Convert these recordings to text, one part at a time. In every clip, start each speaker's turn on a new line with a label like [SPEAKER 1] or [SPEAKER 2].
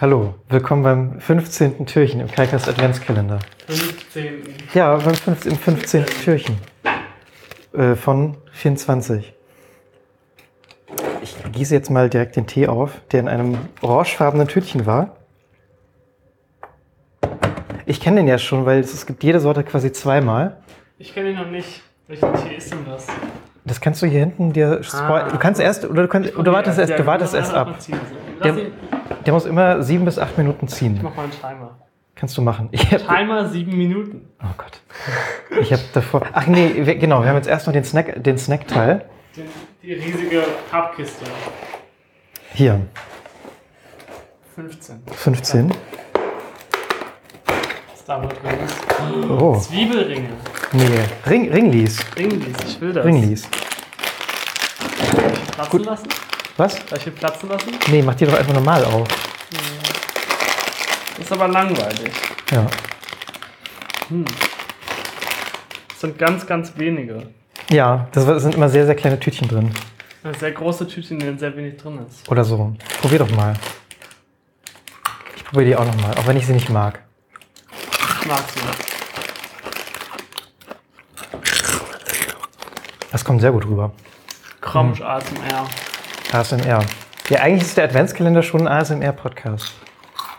[SPEAKER 1] Hallo, willkommen beim 15. Türchen im Kalkas Adventskalender.
[SPEAKER 2] 15.
[SPEAKER 1] Ja, beim 15, im 15. Türchen äh, von 24. Ich gieße jetzt mal direkt den Tee auf, der in einem orangefarbenen Tütchen war. Ich kenne den ja schon, weil es, es gibt jede Sorte quasi zweimal.
[SPEAKER 2] Ich kenne ihn noch nicht. Welcher Tee ist denn das?
[SPEAKER 1] Das kannst du hier hinten dir spoil-
[SPEAKER 2] Ah.
[SPEAKER 1] Du kannst erst, oder du, kannst, du
[SPEAKER 2] also
[SPEAKER 1] wartest erst, du wartest erst ab.
[SPEAKER 2] Ich
[SPEAKER 1] Der-
[SPEAKER 2] mach
[SPEAKER 1] Der muss immer sieben bis acht Minuten ziehen.
[SPEAKER 2] mal einen Timer.
[SPEAKER 1] Kannst du machen. Ich hab-
[SPEAKER 2] Timer 7 Minuten.
[SPEAKER 1] Oh Gott. Ich habe davor. Ach nee, wir, genau, wir haben jetzt erst noch den Snack, den Snackteil.
[SPEAKER 2] Die, die riesige Pappkiste.
[SPEAKER 1] Hier,
[SPEAKER 2] 15.
[SPEAKER 1] 15.
[SPEAKER 2] Was da mal drin ist.
[SPEAKER 1] Oh,
[SPEAKER 2] Zwiebelringe.
[SPEAKER 1] nee. Ring, Ringlies.
[SPEAKER 2] Ringlies, ich will das.
[SPEAKER 1] Ringlies.
[SPEAKER 2] Platzen lassen?
[SPEAKER 1] Was?
[SPEAKER 2] Darf ich hier platzen lassen?
[SPEAKER 1] Nee, mach die doch einfach normal auf.
[SPEAKER 2] Das ist aber langweilig.
[SPEAKER 1] Ja.
[SPEAKER 2] Das sind ganz, ganz wenige.
[SPEAKER 1] Ja, das war- sind immer sehr, sehr kleine Tütchen drin.
[SPEAKER 2] Eine sehr große Tüte, in der sehr wenig drin ist.
[SPEAKER 1] Oder so. Probier doch mal. Ich probiere die auch nochmal, auch wenn ich sie nicht mag.
[SPEAKER 2] Ich mag sie.
[SPEAKER 1] Das kommt sehr gut rüber. Hm.
[SPEAKER 2] Kromsch ASMR.
[SPEAKER 1] ASMR. Ja, eigentlich ist der Adventskalender schon ein ASMR-Podcast.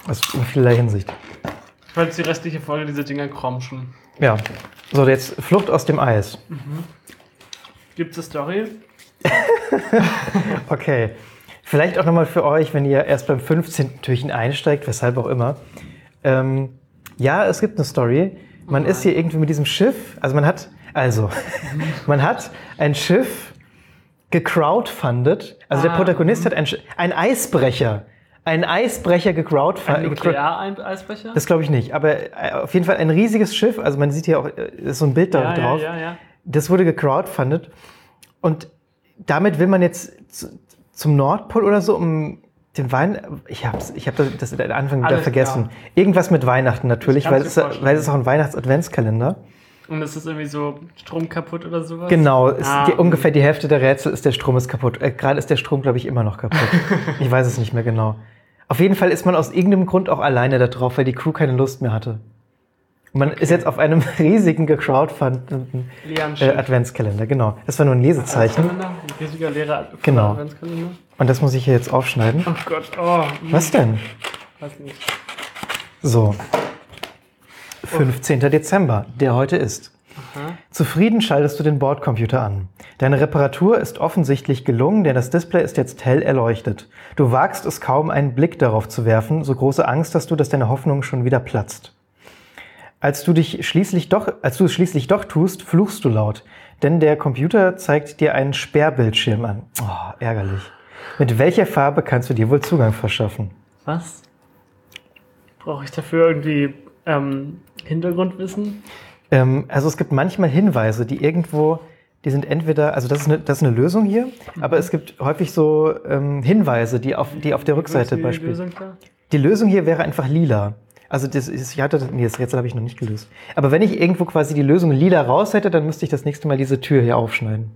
[SPEAKER 1] Also in vielerlei Hinsicht.
[SPEAKER 2] Ich werde jetzt die restliche Folge diese Dinger kromschen.
[SPEAKER 1] Ja. So, jetzt Flucht aus dem Eis.
[SPEAKER 2] Gibt's eine Story?
[SPEAKER 1] Okay. Vielleicht auch nochmal für euch, wenn ihr erst beim 15. Türchen einsteigt, weshalb auch immer. Ähm, ja, es gibt eine Story.
[SPEAKER 2] Oh
[SPEAKER 1] Man ist hier irgendwie mit diesem Schiff, also man hat, also, man hat ein Schiff gecrowdfundet. Also der
[SPEAKER 2] Ah,
[SPEAKER 1] Protagonist hat ein, Sch- ein Eisbrecher. Ein Eisbrecher
[SPEAKER 2] Ein
[SPEAKER 1] gecrowdfundet.
[SPEAKER 2] Nukleareisbecher?
[SPEAKER 1] das glaube ich nicht, aber äh, auf jeden Fall ein riesiges Schiff. Also man sieht hier auch äh, ist so ein Bild da
[SPEAKER 2] ja, ja,
[SPEAKER 1] drauf
[SPEAKER 2] ja, ja.
[SPEAKER 1] das wurde gecrowdfundet und damit will man jetzt zu, zum Nordpol oder so, um den Wein. Ich hab's, ich hab das, das den Anfang wieder
[SPEAKER 2] Alles
[SPEAKER 1] vergessen.
[SPEAKER 2] klar.
[SPEAKER 1] Irgendwas mit Weihnachten natürlich,
[SPEAKER 2] Ich
[SPEAKER 1] weil
[SPEAKER 2] kann's
[SPEAKER 1] es,
[SPEAKER 2] mir vorstellen.
[SPEAKER 1] weil es ist auch ein Weihnachts-Adventskalender.
[SPEAKER 2] Und es ist irgendwie so Strom kaputt oder sowas?
[SPEAKER 1] Genau, ist
[SPEAKER 2] Ah,
[SPEAKER 1] die,
[SPEAKER 2] mhm.
[SPEAKER 1] ungefähr die Hälfte der Rätsel ist der Strom ist kaputt. Äh, Gerade ist der Strom, glaube ich, immer noch kaputt. ich weiß es nicht mehr genau. Auf jeden Fall ist man aus irgendeinem Grund auch alleine da drauf, weil die Crew keine Lust mehr hatte. Und man ist jetzt auf einem riesigen gecrowdfundeten
[SPEAKER 2] Leeren
[SPEAKER 1] äh,
[SPEAKER 2] Schiff.
[SPEAKER 1] Adventskalender, genau. Das war nur ein Lesezeichen.
[SPEAKER 2] Adventskalender? Ein riesiger leerer Ad-
[SPEAKER 1] Genau.
[SPEAKER 2] Adventskalender?
[SPEAKER 1] Und das muss ich hier jetzt aufschneiden.
[SPEAKER 2] ne? Oh Gott, oh. hm,
[SPEAKER 1] Was denn?
[SPEAKER 2] Weiß nicht.
[SPEAKER 1] So. 15. Dezember, der heute ist.
[SPEAKER 2] Aha.
[SPEAKER 1] Zufrieden schaltest du den Bordcomputer an. Deine Reparatur ist offensichtlich gelungen, denn das Display ist jetzt hell erleuchtet. Du wagst es kaum, einen Blick darauf zu werfen, so große Angst hast du, dass deine Hoffnung schon wieder platzt. Als du dich schließlich doch, als du es schließlich doch tust, fluchst du laut, denn der Computer zeigt dir einen Sperrbildschirm an. Oh, ärgerlich. Mit welcher Farbe kannst du dir wohl Zugang verschaffen?
[SPEAKER 2] Was? Brauche ich dafür irgendwie ähm, Hintergrundwissen?
[SPEAKER 1] Ähm, also es gibt manchmal Hinweise, die irgendwo, die sind entweder, also das ist eine, das ist eine Lösung hier,
[SPEAKER 2] Mhm.
[SPEAKER 1] aber es gibt häufig so ähm, Hinweise, die auf, die auf der Rückseite
[SPEAKER 2] die
[SPEAKER 1] beispielsweise.
[SPEAKER 2] Lösung da?
[SPEAKER 1] Die Lösung hier wäre einfach lila. Also das ist, ich hatte, nee, das Rätsel habe ich noch nicht gelöst. Aber wenn ich irgendwo quasi die Lösung lila raus hätte, dann müsste ich das nächste Mal diese Tür hier aufschneiden.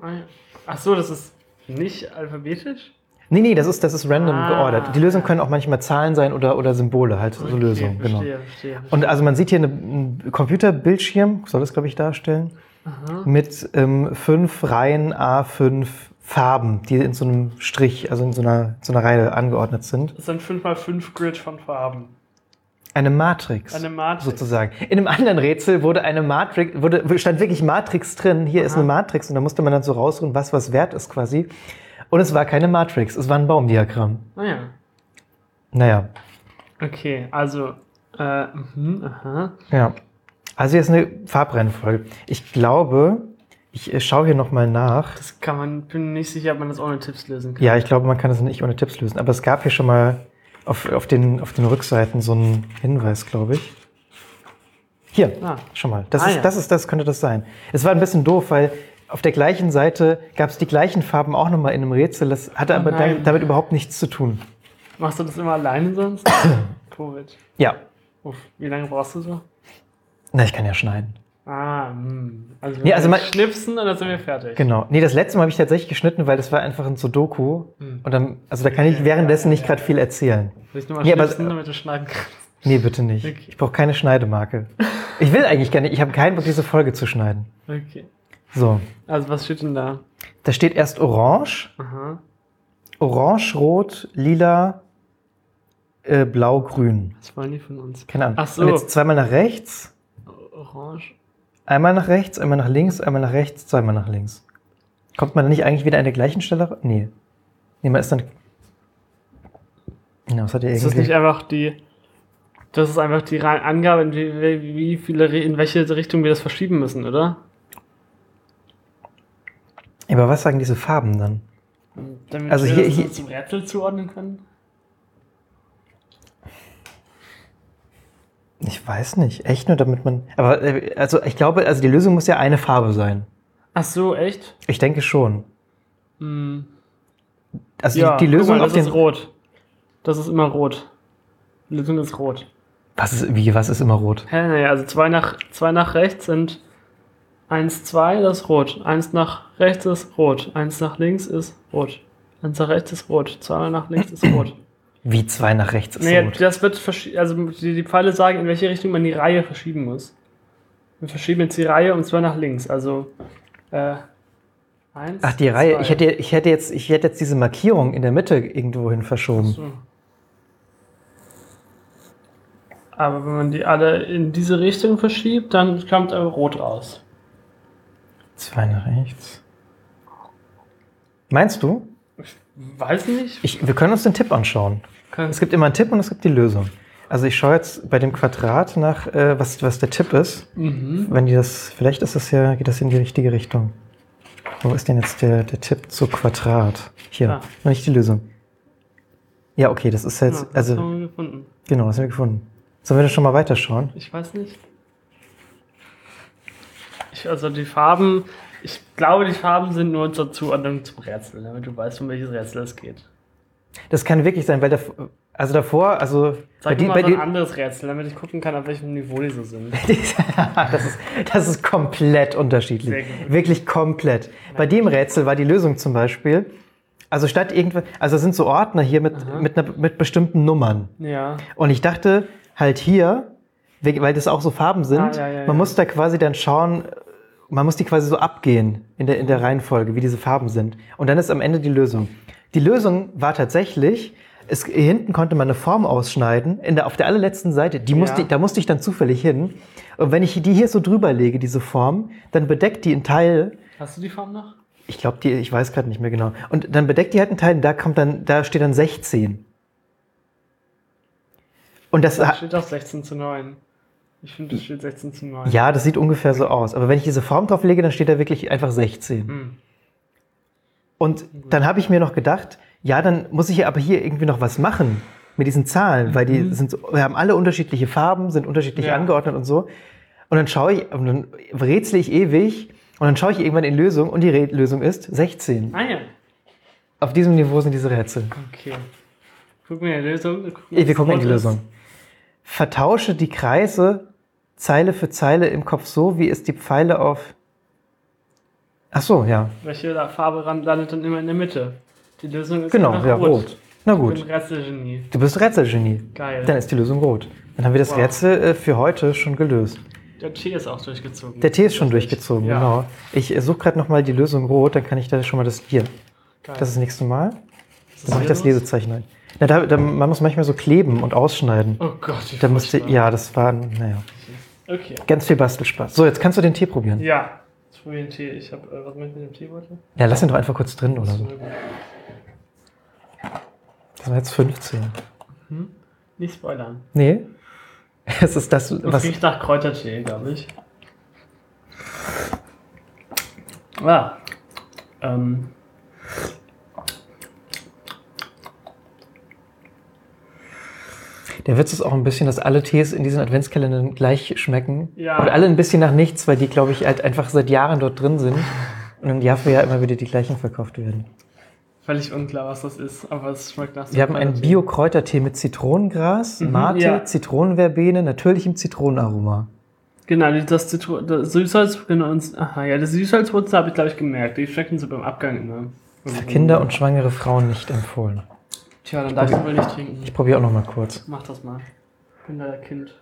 [SPEAKER 2] Ah, ja. Ach so, das ist nicht alphabetisch?
[SPEAKER 1] Nee, nee, das ist, das ist random
[SPEAKER 2] Ah.
[SPEAKER 1] geordert. Die Lösung können auch manchmal Zahlen sein oder, oder Symbole, halt so
[SPEAKER 2] Okay,
[SPEAKER 1] Lösungen, genau.
[SPEAKER 2] Verstehe, verstehe.
[SPEAKER 1] Und also man sieht hier eine, einen Computerbildschirm, soll das glaube ich darstellen, mit ähm, fünf Reihen A5 Farben, die in so einem Strich, also in so einer, so einer Reihe angeordnet sind.
[SPEAKER 2] Das sind 5x5 Grid von Farben.
[SPEAKER 1] Eine Matrix.
[SPEAKER 2] Eine Matrix.
[SPEAKER 1] Sozusagen. In einem anderen Rätsel wurde eine Matrix, wurde, stand wirklich Matrix drin. Hier ist eine Matrix und da musste man dann so raussuchen, was was wert ist quasi. Und es war keine Matrix, es war ein Baumdiagramm.
[SPEAKER 2] Naja.
[SPEAKER 1] Naja,
[SPEAKER 2] Ah, Okay, also, äh, mhm, aha.
[SPEAKER 1] Ja. Also hier ist eine Farbreihenfolge. Ich glaube, ich äh, schaue hier nochmal nach.
[SPEAKER 2] Das kann man, bin nicht sicher, ob man das ohne Tipps lösen kann.
[SPEAKER 1] Ja, ich glaube, man kann das nicht ohne Tipps lösen. Aber es gab hier schon mal auf, auf, den, auf den Rückseiten so einen Hinweis, glaube ich. Hier,
[SPEAKER 2] Ah.
[SPEAKER 1] schon mal. Das,
[SPEAKER 2] Ah,
[SPEAKER 1] ist,
[SPEAKER 2] ja.
[SPEAKER 1] das ist das, könnte das sein. Es war ein bisschen doof, weil auf der gleichen Seite gab es die gleichen Farben auch nochmal in einem Rätsel. Das hatte aber da-
[SPEAKER 2] Oh nein.
[SPEAKER 1] damit überhaupt nichts zu tun.
[SPEAKER 2] Machst du das immer alleine sonst? Covid.
[SPEAKER 1] Ja,
[SPEAKER 2] Uff, wie lange brauchst du so?
[SPEAKER 1] na, ich kann ja schneiden.
[SPEAKER 2] Ah, mh. Also,
[SPEAKER 1] Nee, also man-
[SPEAKER 2] schnipsen und dann sind wir fertig.
[SPEAKER 1] Genau. Nee, das letzte Mal habe ich tatsächlich geschnitten, weil das war einfach ein Sudoku.
[SPEAKER 2] Hm.
[SPEAKER 1] Und dann, also da kann ich
[SPEAKER 2] Ja,
[SPEAKER 1] währenddessen
[SPEAKER 2] ja,
[SPEAKER 1] nicht
[SPEAKER 2] ja.
[SPEAKER 1] gerade viel erzählen.
[SPEAKER 2] Soll ich nochmal
[SPEAKER 1] Ja, aber-
[SPEAKER 2] schnipsen, damit du schneiden kannst?
[SPEAKER 1] Nee, bitte nicht.
[SPEAKER 2] Okay.
[SPEAKER 1] Ich brauche keine Schneidemarke. Ich will eigentlich gar nicht. Ich habe keinen Bock, diese Folge zu schneiden.
[SPEAKER 2] Okay.
[SPEAKER 1] So.
[SPEAKER 2] Also, was steht denn da?
[SPEAKER 1] Da steht erst orange,
[SPEAKER 2] Aha.
[SPEAKER 1] orange, rot, lila, äh, blau, grün.
[SPEAKER 2] Was wollen die von uns?
[SPEAKER 1] Keine Ahnung.
[SPEAKER 2] Ach so.
[SPEAKER 1] Und jetzt zweimal nach rechts,
[SPEAKER 2] Orange.
[SPEAKER 1] einmal nach rechts, einmal nach links, einmal nach rechts, zweimal nach links. Kommt man dann nicht eigentlich wieder an der gleichen Stelle? ra- Nee. Nee, man ist dann. Na, was hat ihr
[SPEAKER 2] Ist das
[SPEAKER 1] irgendwie?
[SPEAKER 2] nicht einfach die. Das ist einfach die reine Angabe, in wie- wie wie viele, Re- in welche Richtung wir das verschieben müssen, oder?
[SPEAKER 1] Aber was sagen diese Farben dann?
[SPEAKER 2] Damit
[SPEAKER 1] Also
[SPEAKER 2] wir
[SPEAKER 1] hier-
[SPEAKER 2] das
[SPEAKER 1] hier-
[SPEAKER 2] zum Rätsel zuordnen können?
[SPEAKER 1] Ich weiß nicht. Echt nur, damit man. Aber äh, also ich glaube, also die Lösung muss ja eine Farbe sein.
[SPEAKER 2] Ach so, echt?
[SPEAKER 1] Ich denke schon.
[SPEAKER 2] Hm.
[SPEAKER 1] Also
[SPEAKER 2] Ja,
[SPEAKER 1] die, die
[SPEAKER 2] guck
[SPEAKER 1] Lösung
[SPEAKER 2] mal,
[SPEAKER 1] auf
[SPEAKER 2] das
[SPEAKER 1] den.
[SPEAKER 2] ist rot. Das ist immer rot. Die Lösung ist rot.
[SPEAKER 1] Was ist wie was ist immer rot?
[SPEAKER 2] Hä, naja, also zwei nach, zwei nach rechts sind 1, 2, das ist rot. Eins nach rechts ist rot. Eins nach links ist rot. Eins nach rechts ist rot. Zweimal nach links ist rot.
[SPEAKER 1] Wie zwei nach rechts ist
[SPEAKER 2] Naja,
[SPEAKER 1] rot.
[SPEAKER 2] das wird verschi- also die, die Pfeile sagen, in welche Richtung man die Reihe verschieben muss. Wir verschieben jetzt die Reihe und zwar nach links. Also äh, eins.
[SPEAKER 1] Ach die Reihe.
[SPEAKER 2] zwei.
[SPEAKER 1] Ich hätte ich hätte jetzt ich hätte jetzt diese Markierung in der Mitte irgendwo hin verschoben.
[SPEAKER 2] So. Aber wenn man die alle in diese Richtung verschiebt, dann kommt aber rot raus.
[SPEAKER 1] Zwei nach rechts. Meinst du?
[SPEAKER 2] Weiß nicht.
[SPEAKER 1] Ich, wir können uns den Tipp anschauen.
[SPEAKER 2] Kann,
[SPEAKER 1] Es gibt immer einen Tipp und es gibt die Lösung. Also ich schaue jetzt bei dem Quadrat nach, äh, was, was der Tipp ist.
[SPEAKER 2] mhm.
[SPEAKER 1] Wenn die das, vielleicht ist das ja, geht das in die richtige Richtung. Wo ist denn jetzt der, der Tipp zu Quadrat? Hier,
[SPEAKER 2] Ah.
[SPEAKER 1] noch nicht die Lösung. Ja, okay, das ist jetzt,
[SPEAKER 2] Ja, das
[SPEAKER 1] also,
[SPEAKER 2] haben wir gefunden.
[SPEAKER 1] genau, das haben wir gefunden. Sollen wir da schon mal weiterschauen?
[SPEAKER 2] Ich weiß nicht. Ich, also die Farben, ich glaube, die Farben sind nur zur Zuordnung zum Rätsel, damit du weißt, um welches Rätsel es geht.
[SPEAKER 1] Das kann wirklich sein, weil der, also davor, also, bei
[SPEAKER 2] Sag mir
[SPEAKER 1] die,
[SPEAKER 2] mal
[SPEAKER 1] bei
[SPEAKER 2] so ein
[SPEAKER 1] die,
[SPEAKER 2] anderes Rätsel, damit ich gucken kann, auf welchem Niveau die so sind.
[SPEAKER 1] das, ist, das ist komplett
[SPEAKER 2] Sehr
[SPEAKER 1] unterschiedlich.
[SPEAKER 2] gut.
[SPEAKER 1] Wirklich komplett. Bei dem Rätsel war die Lösung zum Beispiel, also statt irgendwas, also es sind so Ordner hier mit,
[SPEAKER 2] Aha.
[SPEAKER 1] mit, einer, mit bestimmten Nummern.
[SPEAKER 2] Ja.
[SPEAKER 1] Und ich dachte halt hier, we- weil das auch so Farben sind,
[SPEAKER 2] Ah, ja, ja, ja.
[SPEAKER 1] man muss da quasi dann schauen, äh, man muss die quasi so abgehen in der, in der Reihenfolge, wie diese Farben sind. Und dann ist am Ende die Lösung. Die Lösung war tatsächlich, es, hinten konnte man eine Form ausschneiden, in der, auf der allerletzten Seite, die musste,
[SPEAKER 2] Ja.
[SPEAKER 1] da musste ich dann zufällig hin. Und wenn ich die hier so drüber lege, diese Form, dann bedeckt die einen Teil,
[SPEAKER 2] Hast du die Form noch?
[SPEAKER 1] ich glaube, die, ich weiß gerade nicht mehr genau. Und dann bedeckt die halt einen Teil und da kommt dann, da steht dann 16. Und das,
[SPEAKER 2] Da steht auch 16 zu 9. Ich finde, das steht 16 zu 9.
[SPEAKER 1] Ja, das sieht ungefähr so aus. Aber wenn ich diese Form drauf lege, dann steht da wirklich einfach 16.
[SPEAKER 2] Hm.
[SPEAKER 1] Und dann habe ich mir noch gedacht, ja, dann muss ich ja aber hier irgendwie noch was machen mit diesen Zahlen, weil die sind so, wir haben alle unterschiedliche Farben, sind unterschiedlich
[SPEAKER 2] Mhm. Ja.
[SPEAKER 1] angeordnet und so. Und dann schaue ich, und dann rätsel ich ewig und dann schaue ich irgendwann in Lösung und die Re Lösung ist 16.
[SPEAKER 2] Ah ja.
[SPEAKER 1] Auf diesem Niveau sind diese Rätsel.
[SPEAKER 2] Okay. Gucken wir in die Lösung. Wir gucken,
[SPEAKER 1] Ey, wir
[SPEAKER 2] was
[SPEAKER 1] gucken in die
[SPEAKER 2] rot ist.
[SPEAKER 1] Lösung. Vertausche die Kreise Zeile für Zeile im Kopf so, wie es die Pfeile auf. Ach so, ja.
[SPEAKER 2] Welche Farbe ran- landet dann immer in der Mitte? Die Lösung ist
[SPEAKER 1] Genau,
[SPEAKER 2] einfach
[SPEAKER 1] ja, rot. Na
[SPEAKER 2] Ich bin
[SPEAKER 1] gut,
[SPEAKER 2] Rätselgenie.
[SPEAKER 1] du bist Rätselgenie.
[SPEAKER 2] Geil.
[SPEAKER 1] Dann ist die Lösung rot. Dann haben wir das
[SPEAKER 2] Wow.
[SPEAKER 1] Rätsel äh, für heute schon gelöst.
[SPEAKER 2] Der Tee ist auch durchgezogen.
[SPEAKER 1] Der T ist schon durchgezogen,
[SPEAKER 2] Ja.
[SPEAKER 1] genau. Ich äh, suche gerade nochmal die Lösung rot, dann kann ich da schon mal das hier.
[SPEAKER 2] Geil.
[SPEAKER 1] Das ist das nächste Mal.
[SPEAKER 2] Ist
[SPEAKER 1] Dann mache ich das
[SPEAKER 2] sinnlos?
[SPEAKER 1] Lesezeichen rein. Na, da, da, man muss manchmal so kleben und ausschneiden.
[SPEAKER 2] Oh Gott, wie
[SPEAKER 1] Da musste,
[SPEAKER 2] furchtbar.
[SPEAKER 1] ja, das war, naja,
[SPEAKER 2] Okay.
[SPEAKER 1] ganz viel Bastelspaß. So, jetzt kannst du den Tee probieren.
[SPEAKER 2] Ja. Jetzt probier den Tee. Ich hab, äh, was mache ich mit dem Teebeutel?
[SPEAKER 1] Ja, lass ihn doch einfach kurz drin oder
[SPEAKER 2] Das ist
[SPEAKER 1] so.
[SPEAKER 2] voll gut.
[SPEAKER 1] Das war jetzt 15.
[SPEAKER 2] Nicht spoilern.
[SPEAKER 1] Nee. Es ist das,
[SPEAKER 2] Das
[SPEAKER 1] was.
[SPEAKER 2] riecht nach Kräutertee, glaube ich. Ja. Ah. Ähm.
[SPEAKER 1] Der Witz ist auch ein bisschen, dass alle Tees in diesen Adventskalendern gleich schmecken.
[SPEAKER 2] Ja.
[SPEAKER 1] Und alle ein bisschen nach nichts, weil die, glaube ich, halt einfach seit Jahren dort drin sind. Und im Jahr für Jahr immer wieder die gleichen verkauft werden.
[SPEAKER 2] Völlig unklar, was das ist, aber es schmeckt nach so
[SPEAKER 1] Wir haben einen
[SPEAKER 2] Kräutertee.
[SPEAKER 1] Bio-Kräutertee mit Zitronengras, Mate,
[SPEAKER 2] Mhm, ja.
[SPEAKER 1] Zitronenverbene, natürlichem Zitronenaroma.
[SPEAKER 2] Genau, die- das, Zitru- das Süßholz, genau, uns, aha, ja, das Süßholzwurzel habe ich, glaube ich, gemerkt. Die schmecken so beim Abgang immer.
[SPEAKER 1] Für Kinder und schwangere Frauen nicht empfohlen.
[SPEAKER 2] Tja, dann darf ich wohl nicht trinken.
[SPEAKER 1] Ich probiere auch noch mal kurz.
[SPEAKER 2] Mach das mal. Ich bin leider Kind.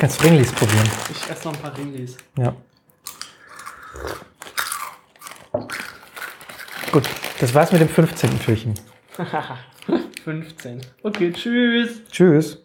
[SPEAKER 1] Kannst Ringlis probieren.
[SPEAKER 2] Ich esse noch ein paar Ringlis.
[SPEAKER 1] Ja. Gut, das war's mit dem 15. Türchen.
[SPEAKER 2] 15. Okay, tschüss.
[SPEAKER 1] Tschüss.